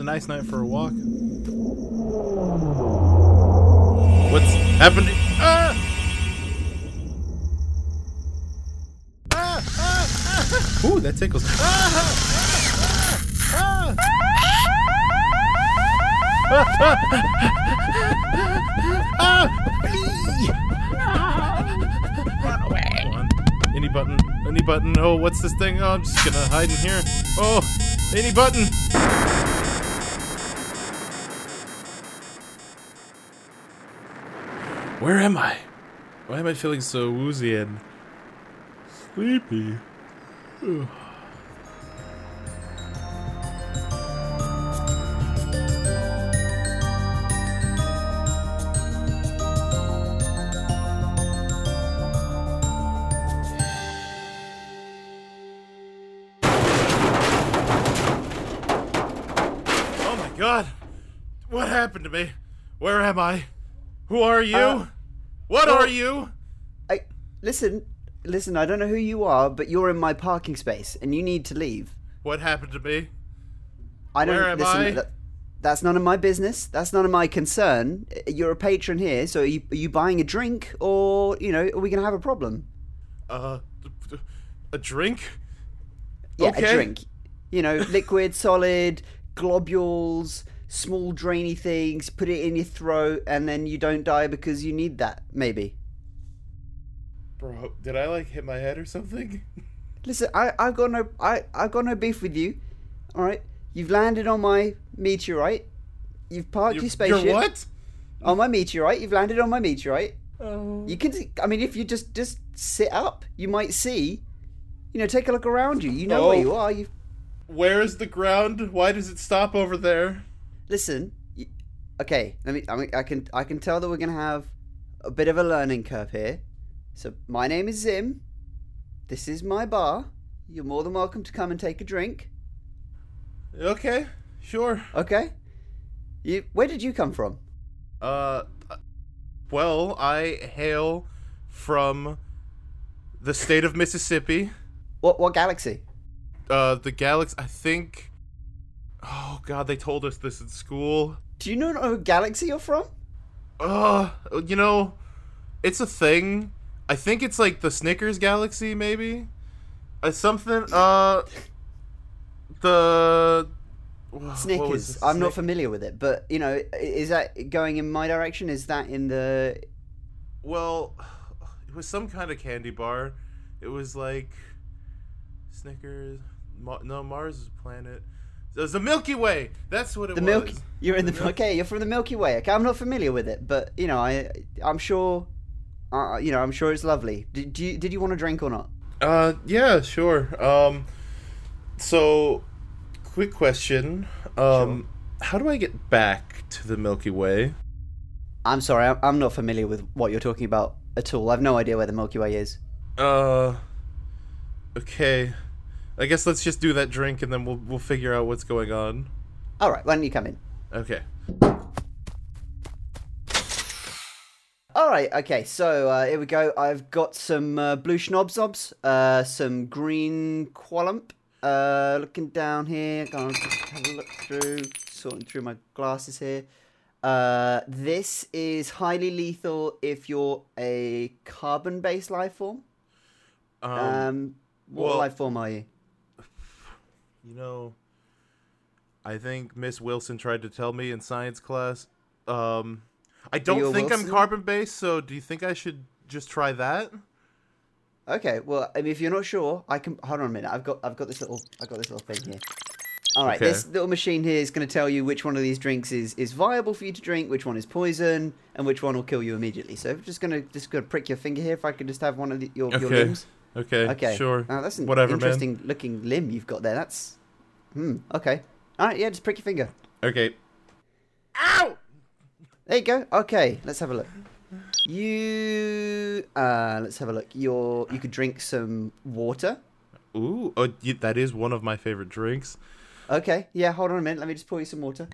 nice night for a walk. What's happening? Ah! Ooh, that tickles. me. Come on. Any button. Any button. Oh, what's this thing? Oh, I'm just gonna hide in here. Oh, any button. Where am I? Why am I feeling so woozy and sleepy? Oh my god! What happened to me? Where am I? Who are you? Uh, what well- are you? I listen, listen. I don't know who you are, but you're in my parking space, and you need to leave. What happened to me? I don't Where am listen. I? that- that's none of my business. That's none of my concern. Uh, You're a patron here, so are you, are you buying a drink, or you know, are we gonna have a problem? Uh, a drink? Yeah, Okay. a drink. You know, liquid, solid, globules, small drainy things. Put it in your throat, and then you don't die because you need that. Maybe. Bro, did I like hit my head or something? Listen, I, I've got no I, I've got no beef with you. Alright? You've landed on my meteorite. You've parked your spaceship You're what? on my meteorite. You've landed on my meteorite. You can I mean if you just just sit up, you might see. You know, take a look around you. You know where Oh. you are. You Where is the ground? Why does it stop over there? listen. You, okay, let me I, mean, I can I can tell that we're going to have a bit of a learning curve here. So my name is Zim. This is my bar. You're more than welcome to come and take a drink. Okay, sure. Okay. You, where did you come from? Uh, well, I hail from the state of Mississippi. What what galaxy? Uh, the galaxy. I think. Oh God, they told us this in school. Do you know what galaxy you're from? Uh, you know, it's a thing. I think it's like the Snickers galaxy, maybe. Uh, something. Uh, the wha- what was Snickers. this? I'm not Snick- familiar with it, but you know, i- is that going in my direction? Is that in the? Well, it was some kind of candy bar. It was like Snickers. Ma- no, Mars is a planet. It was the Milky Way. That's what it The was. Milky. You're in the, Mil- okay. You're from the Milky Way. Okay, I'm not familiar with it, but you know, I I'm sure, uh, you know, I'm sure it's lovely. Did, do you did you want a drink or not? Uh, yeah, sure. Um, so, quick question. Um, how do I get back to the Milky Way? I'm sorry, I'm, I'm not familiar with what you're talking about at all. I've no idea where the Milky Way is. Uh, okay. I guess let's just do that drink and then we'll we'll figure out what's going on. All right, why don't you come in? Okay. All right, okay, so uh, here we go. I've got some uh, blue schnobznobs, uh, some green qualump. Uh, looking down here, gonna just have a look through, sorting through my glasses here. Uh, this is highly lethal if you're a carbon based life form. Um, Um, what well- life form are you? you know, I think Miss Wilson tried to tell me in science class. Um, I you a don't think I'm Wilson? carbon based, so do you think I should just try that? Okay, well, I mean, if you're not sure, I can hold on a minute. I've got, I've got this little, I've got this little thing here. All right, Okay. this little machine here is going to tell you which one of these drinks is is viable for you to drink, which one is poison, and which one will kill you immediately. So I'm just gonna just gonna prick your finger here. If I could just have one of the, your your Okay. limbs. Okay. Okay. Sure. Now, that's an Whatever, interesting looking limb you've got there. That's. Hmm. Okay. All right. Yeah. Just prick your finger. man. Okay. Ow! There you go. Okay, let's have a look. You uh let's have a look. Your you could drink some water. Ooh, oh, y- that is one of my favorite drinks. Okay, yeah, hold on a minute. Let me just pour you some water.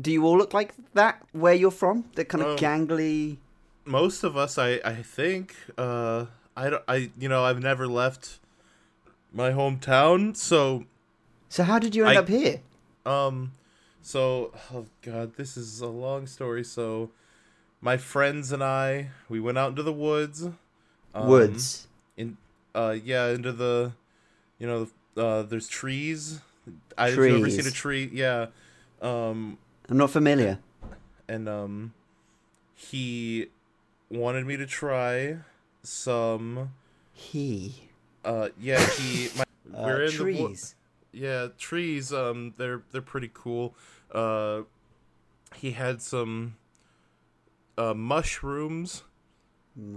Do you all look like that where you're from? That kind of Um, gangly. Most of us, I, I think, uh, I, don't- I, you know, I've never left my hometown, so So how did you end I- up here? Um, so oh god, this is a long story. So, my friends and I, we went out into the woods. um, Woods. In, uh, yeah, into the, you know, uh, there's trees. I've never seen a tree. Trees. Yeah. Um, I'm not familiar. and um, he wanted me to try some. He. Uh, yeah, he. My, Uh, we're in the wo- trees. yeah trees um they're they're pretty cool uh he had some uh mushrooms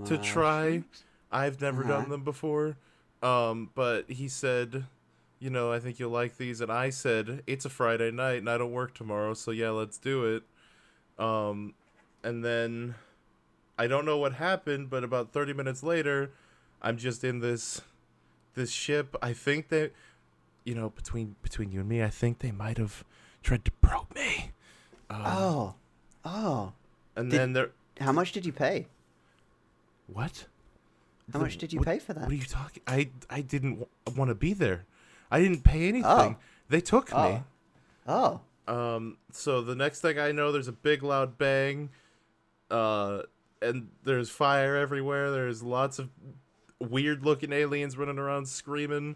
to try i've never Uh-huh. done them before um but he said you know i think you'll like these and i said it's a friday night and i don't work tomorrow so yeah let's do it um and then i don't know what happened but about 30 minutes later i'm just in this this ship i think they you know between between you and me i think they might have tried to probe me Oh. Oh. and Did- then they're How much did you pay? what How much did you What- pay for that? What are you talking? I I didn't w- want to be there. I didn't pay anything. Oh. They took Oh. Oh. me. Um. So the next thing I know, there's a big loud bang, uh, and there's fire everywhere. There's lots of weird looking aliens running around screaming.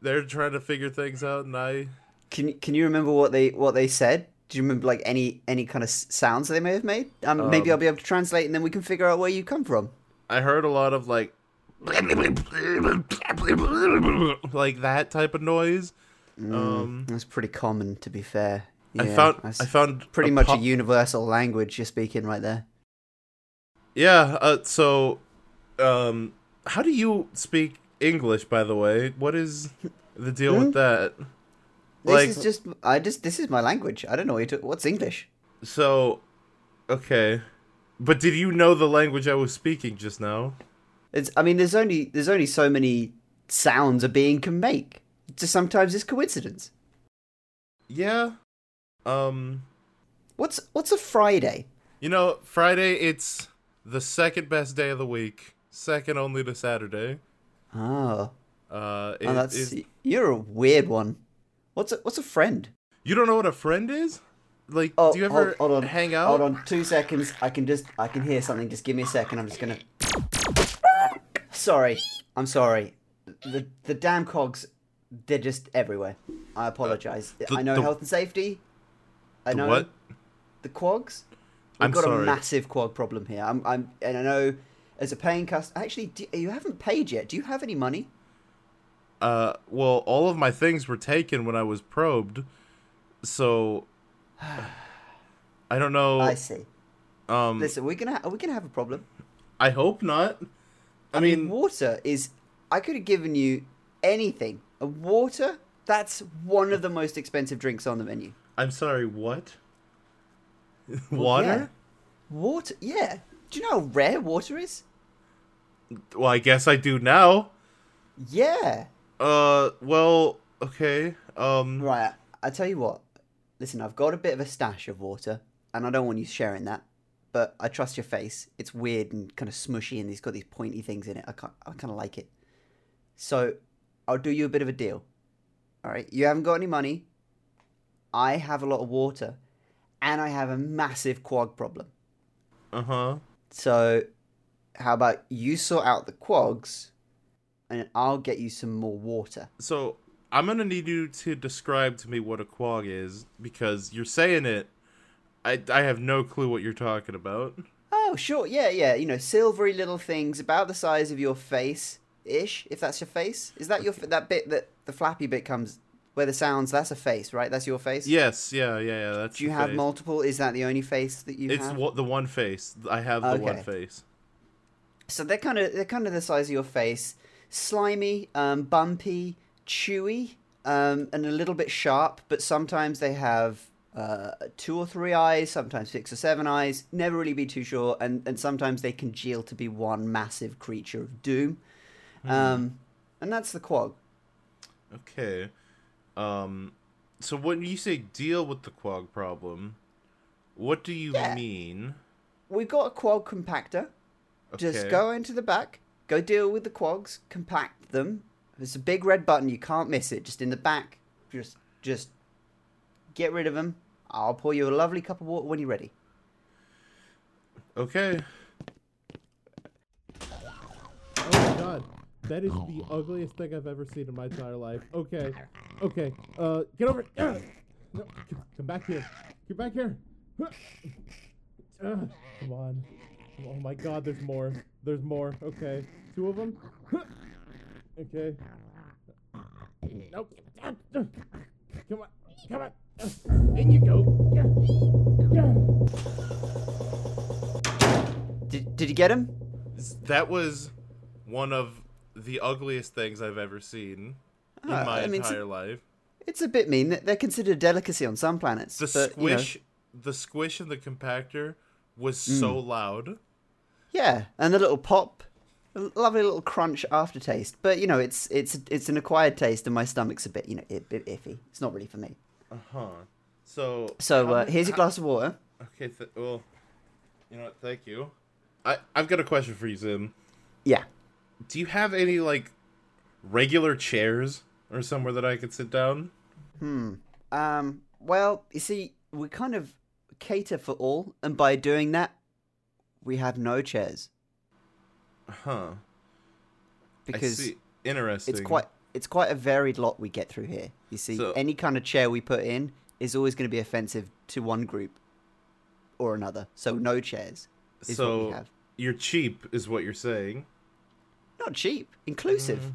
They're trying to figure things out, and I Can Can you remember what they what they said? Do you remember like any any kind of s- sounds they may have made? Um, maybe Um, I'll be able to translate, and then we can figure out where you come from. I heard a lot of like like that type of noise. Um. That's pretty common, to be fair. I Yeah, found I that's found pretty much po- a universal language you're speaking right there. Yeah. Uh, so, um, how do you speak English? By the way, what is the deal Hmm? with that? This Like- is just I just this is my language. I don't know what you're ta- what's English. So, okay, but did you know the language I was speaking just now? It's I mean there's only there's only so many sounds a being can make. Just sometimes it's coincidence. Yeah. Um, What's what's a Friday? you know, Friday it's the second best day of the week, second only to Saturday. Oh, Uh, it- oh that's it- you're a weird one. What's a, what's a friend? you don't know what a friend is? Like, Oh, do you hold- ever hold, on, hang out? Hold on, two seconds. I can just I can hear something. Just give me a second. I'm just gonna. Sorry, I'm sorry. The the damn cogs, they're just everywhere. I apologize. Uh, the- I know the- health and safety. I know What? the quags. We've I'm got a sorry. massive quag problem here. I'm I'm and I know as a paying customer. Actually, do, you haven't paid yet. Do you have any money? Uh, well, all of my things were taken when I was probed, so I don't know. I see. um, Listen, we're gonna ha- are we gonna have a problem? I hope not. I, I mean, mean, water is. I could have given you anything. A water. That's one of the most expensive drinks on the menu. I'm sorry. What? Water? Water. Yeah. Do you know how rare water is? Well, I guess I do now. Yeah. Uh, well, okay. Um, Right. I tell you what. Listen, I've got a bit of a stash of water, and I don't want you sharing that. But I trust your face. It's weird and kind of smushy, and it's got these pointy things in it. I can I kind of like it. So, I'll do you a bit of a deal. All right. You haven't got any money. I have a lot of water, and I have a massive quag problem. uh huh. So, how about you sort out the quags, and I'll get you some more water. So I'm gonna need you to describe to me what a quag is because you're saying it. I I have no clue what you're talking about. Oh, sure. Yeah, yeah. You know, silvery little things about the size of your face ish, if that's your face. Is that your f- that bit that the flappy bit comes where the sounds that's a face, right? That's your face? Yes. Yeah. Yeah. Yeah. That's. Do you the have face. multiple? Is that the only face that you It's have? what the one face. I have the one Okay. face. so they're kind of they're kind of the size of your face, slimy, um, bumpy, chewy, um, and a little bit sharp. But sometimes they have uh, two or three eyes, sometimes six or seven eyes. Never really be too sure. And and sometimes they congeal to be one massive creature of doom. Um, and that's the quag. Okay. Um so when you say deal with the quag problem, what do you Yeah. mean? We've got a quag compactor. Just Okay. go into the back, go deal with the quags, compact them. There's a big red button, you can't miss it. Just in the back, just Just get rid of them. I'll pour you a lovely cup of water when you're ready. Okay. Oh my god. That is the ugliest thing I've ever seen in my entire life. Okay. Okay. Uh, get over it. Ah! No, c- come back here. Get back here. Ah, come on. Oh my god, there's more. There's more. Okay. Two of them. Okay. Nope. Ah, ah. Come on. Come on. Ah, In you go. Yeah. Yeah. Did, did you get him? That was one of the ugliest things I've ever seen in Ah, my I mean, it's- entire life. It's a bit mean. They're- They're considered a delicacy on some planets. The but, you know, squish, the squish in the compactor was Mm. so loud. yeah, and the little pop, a lovely little crunch aftertaste. But you know, it's it's it's an acquired taste, and my stomach's a bit you know a bit iffy. It's not really for me. Huh. So. So how uh, mu- here's a how- glass of water. Okay. Th- well, you know what? Thank you. I I've got a question for you, Zim. Yeah. Do you have any like regular chairs or somewhere that I could sit down? Um. Well, you see, we kind of cater for all, and by doing that, we have no chairs Huh. I because see. Interesting. it's quite it's quite a varied lot we get through here. You see, So- any kind of chair we put in is always going to be offensive to one group or another. So no chairs is so what we have. you're cheap, is what you're saying. Not cheap, inclusive. Mm.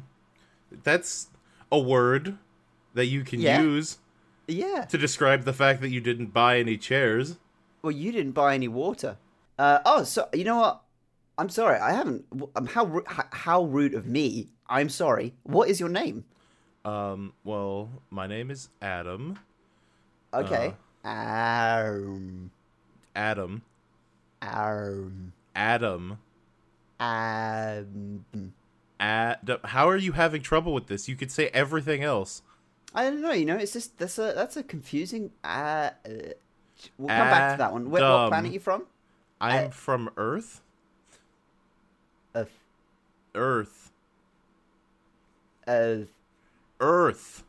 That's a word that you can Yeah. use Yeah. to describe the fact that you didn't buy any chairs. Well, you didn't buy any water. Uh, oh, so you know what? I'm sorry. I haven't. w- Um, how ru- h- how rude of me. I'm sorry. What is your name? Um. Well, my name is Adam. Okay. Um. Adam. Um. Adam. Um. Ad- How are you having trouble with this? You could say everything else. I don't know. You know, it's just that's a that's a confusing. Uh, uh, we'll come back to that one. Where, what Adam. planet are you from? I'm from Earth. Earth. Earth. Uh, Earth.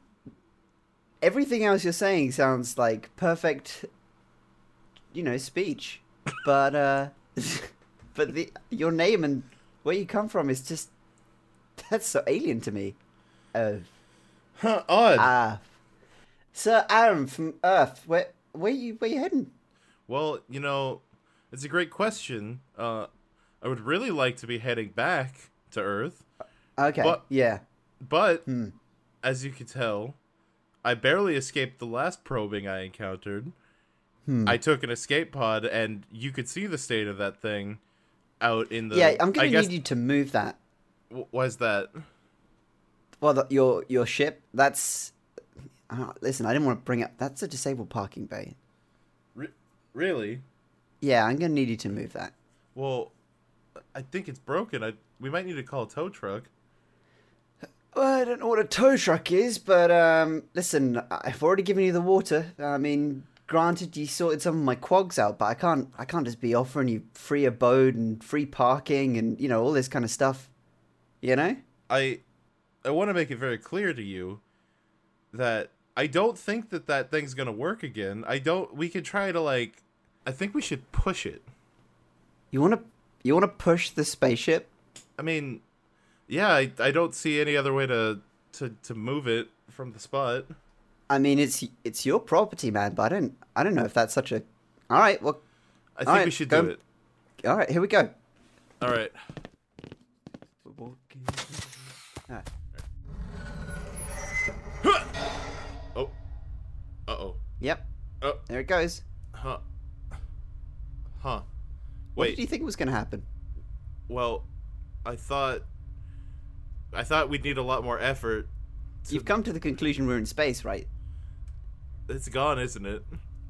everything else you're saying sounds like perfect. You know, speech, but uh, but the your name and where you come from is just that's so alien to me. Uh, Huh, odd. ah, Sir Aaron from Earth. Where where you where you heading? well, you know, it's a great question. Uh, I would really like to be heading back to Earth, Okay. What- Yeah. but Hmm. as you can tell, I barely escaped the last probing I encountered. Hmm. I took an escape pod, and you could see the state of that thing out in the. yeah, I'm gonna Uh, I guess, need you to move that. wh- Why's that? Well, the, your your ship. That's. I don't- listen, I didn't want to bring up. That's a disabled parking bay. Re- really? Yeah, I'm gonna need you to move that. Well, I think it's broken. I we might need to call a tow truck. Well, I don't know what a tow truck is, but um, listen, I've already given you the water. I mean, granted, you sorted some of my quags out, but I can't. I can't just be offering you free abode and free parking and you know all this kind of stuff. You know? I I want to make it very clear to you that I don't think that that thing's going to work again. I don't we could try to like I think we should push it. You wanna you wanna push the spaceship? I mean, yeah, I, I don't see any other way to to to move it from the spot. I mean, it's it's your property, man. But I don't. I don't know if that's such a. All right. Well. I think we Alright, should go- do it. All right. Here we go. All right. Ah. Oh. Uh-oh. Yep. Uh, There it goes. huh. Huh. Wait. What did you think was going to happen? Well, I thought I thought we'd need a lot more effort. You've come to the conclusion we're in space, right? It's gone, isn't it?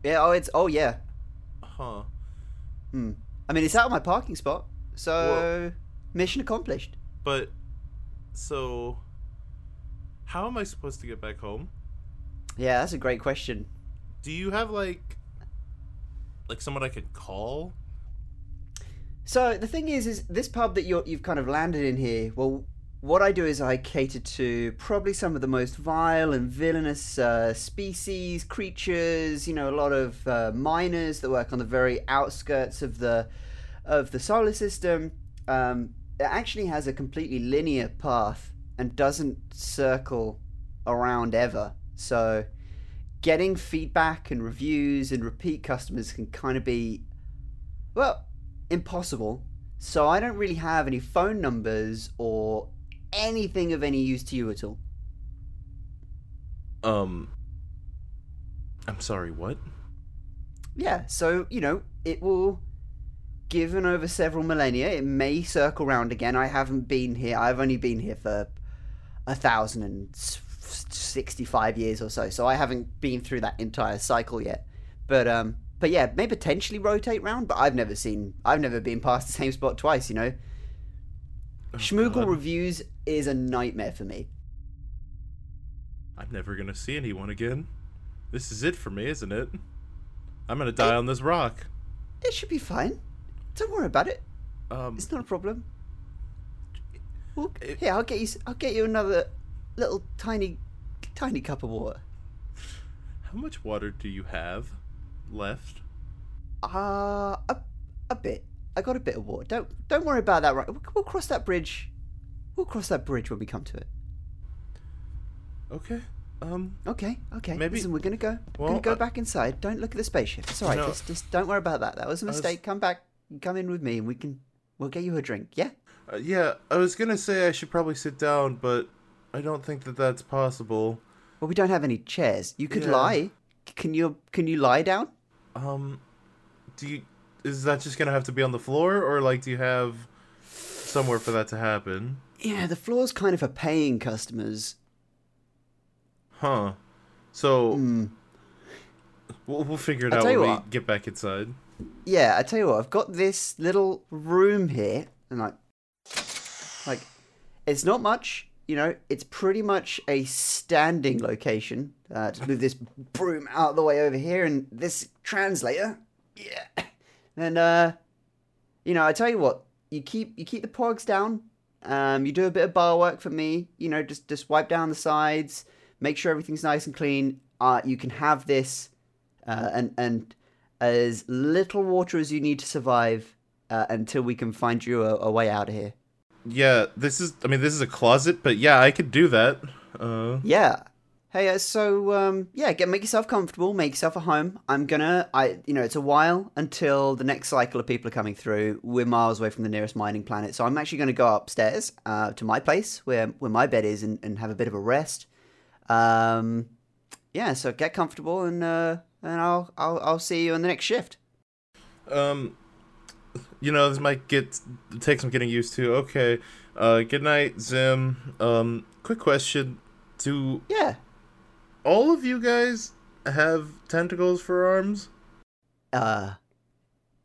Yeah. Oh, it's. Oh, yeah. Hmm. Huh. I mean, it's out of my parking spot. So, mission accomplished. But so how am I supposed to get back home? Yeah, that's a great question. Do you have like like someone I could call? So the thing is, is this pub that you're, you've kind of landed in here? Well, what I do is I cater to probably some of the most vile and villainous uh, species, creatures. You know, a lot of uh, miners that work on the very outskirts of the of the solar system. Um, it actually has a completely linear path and doesn't circle around ever. So, getting feedback and reviews and repeat customers can kind of be well impossible. So I don't really have any phone numbers or anything of any use to you at all. Um, I'm sorry. What? Yeah, so, you know, it will, given over several millennia, it may circle round again. I haven't been here, I've only been here for a thousand and s- sixty-five years or so, so I haven't been through that entire cycle yet. But, um, but yeah, may potentially rotate round, but I've never seen, I've never been past the same spot twice, you know? Oh, Schmoogle God. reviews is a nightmare for me. I'm never gonna see anyone again. This is it for me, isn't it? I'm gonna die on this rock. It should be fine. Don't worry about it. Um, It's not a problem. Well, It- here, I'll get you. s- I'll get you another little tiny, tiny cup of water. how much water do you have left? Ah, a, a bit. I got a bit of water. Don't don't worry about that. Right, we'll, we'll cross that bridge. We'll cross that bridge when we come to it. Okay. Um, Okay, okay. Maybe- Listen, we're gonna go. we're well, gonna go uh, back inside. Don't look at the spaceship. It's alright. No. just just don't worry about that. That was a was- mistake. Come back. Come in with me, and we can. We'll get you a drink. Yeah. uh, yeah, I was gonna say I should probably sit down, but I don't think that that's possible. Well, we don't have any chairs. You could Yeah. lie. Can you can you lie down? Um, do you is that just gonna have to be on the floor, or like do you have somewhere for that to happen? Yeah, the floor's kind of for paying customers. Huh. So we'll, we'll figure it I'll out tell when you we what. get back inside. Yeah, I tell you what, I've got this little room here, and like, like, it's not much. You know, it's pretty much a standing location. Uh, to move this broom out of the way over here, and this translator. Yeah. And uh, you know, I tell you what, you keep you keep the pogs down. Um, you do a bit of bar work for me. You know, just just wipe down the sides, make sure everything's nice and clean. Uh, you can have this, uh, and and as little water as you need to survive uh, until we can find you a, a way out of here. Yeah, this is. I mean, this is a closet, but yeah, I could do that. Uh, Yeah. Hey, uh, so um, yeah, get make yourself comfortable, make yourself a home. I'm gonna, I, you know, it's a while until the next cycle of people are coming through. We're miles away from the nearest mining planet, so I'm actually gonna go upstairs uh, to my place where where my bed is and, and have a bit of a rest. Um, yeah, so get comfortable and uh, and I'll, I'll I'll see you on the next shift. um, you know, this might get take some getting used to. Okay. Uh, good night, Zim. Um, quick question: Do Yeah. all of you guys have tentacles for arms? Uh,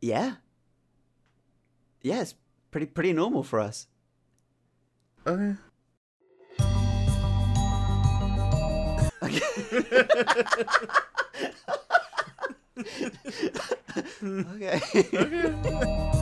yeah. Yeah, it's pretty pretty normal for us. Okay. Okay. okay.